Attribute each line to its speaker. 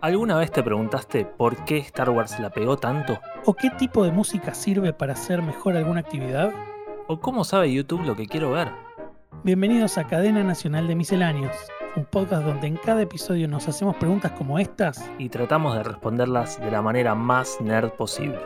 Speaker 1: ¿Alguna vez te preguntaste por qué Star Wars la pegó tanto?
Speaker 2: ¿O qué tipo de música sirve para hacer mejor alguna actividad?
Speaker 1: ¿O cómo sabe YouTube lo que quiero ver?
Speaker 2: Bienvenidos a Cadena Nacional de Misceláneos, un podcast donde en cada episodio nos hacemos preguntas como estas.
Speaker 1: Y tratamos de responderlas de la manera más nerd posible.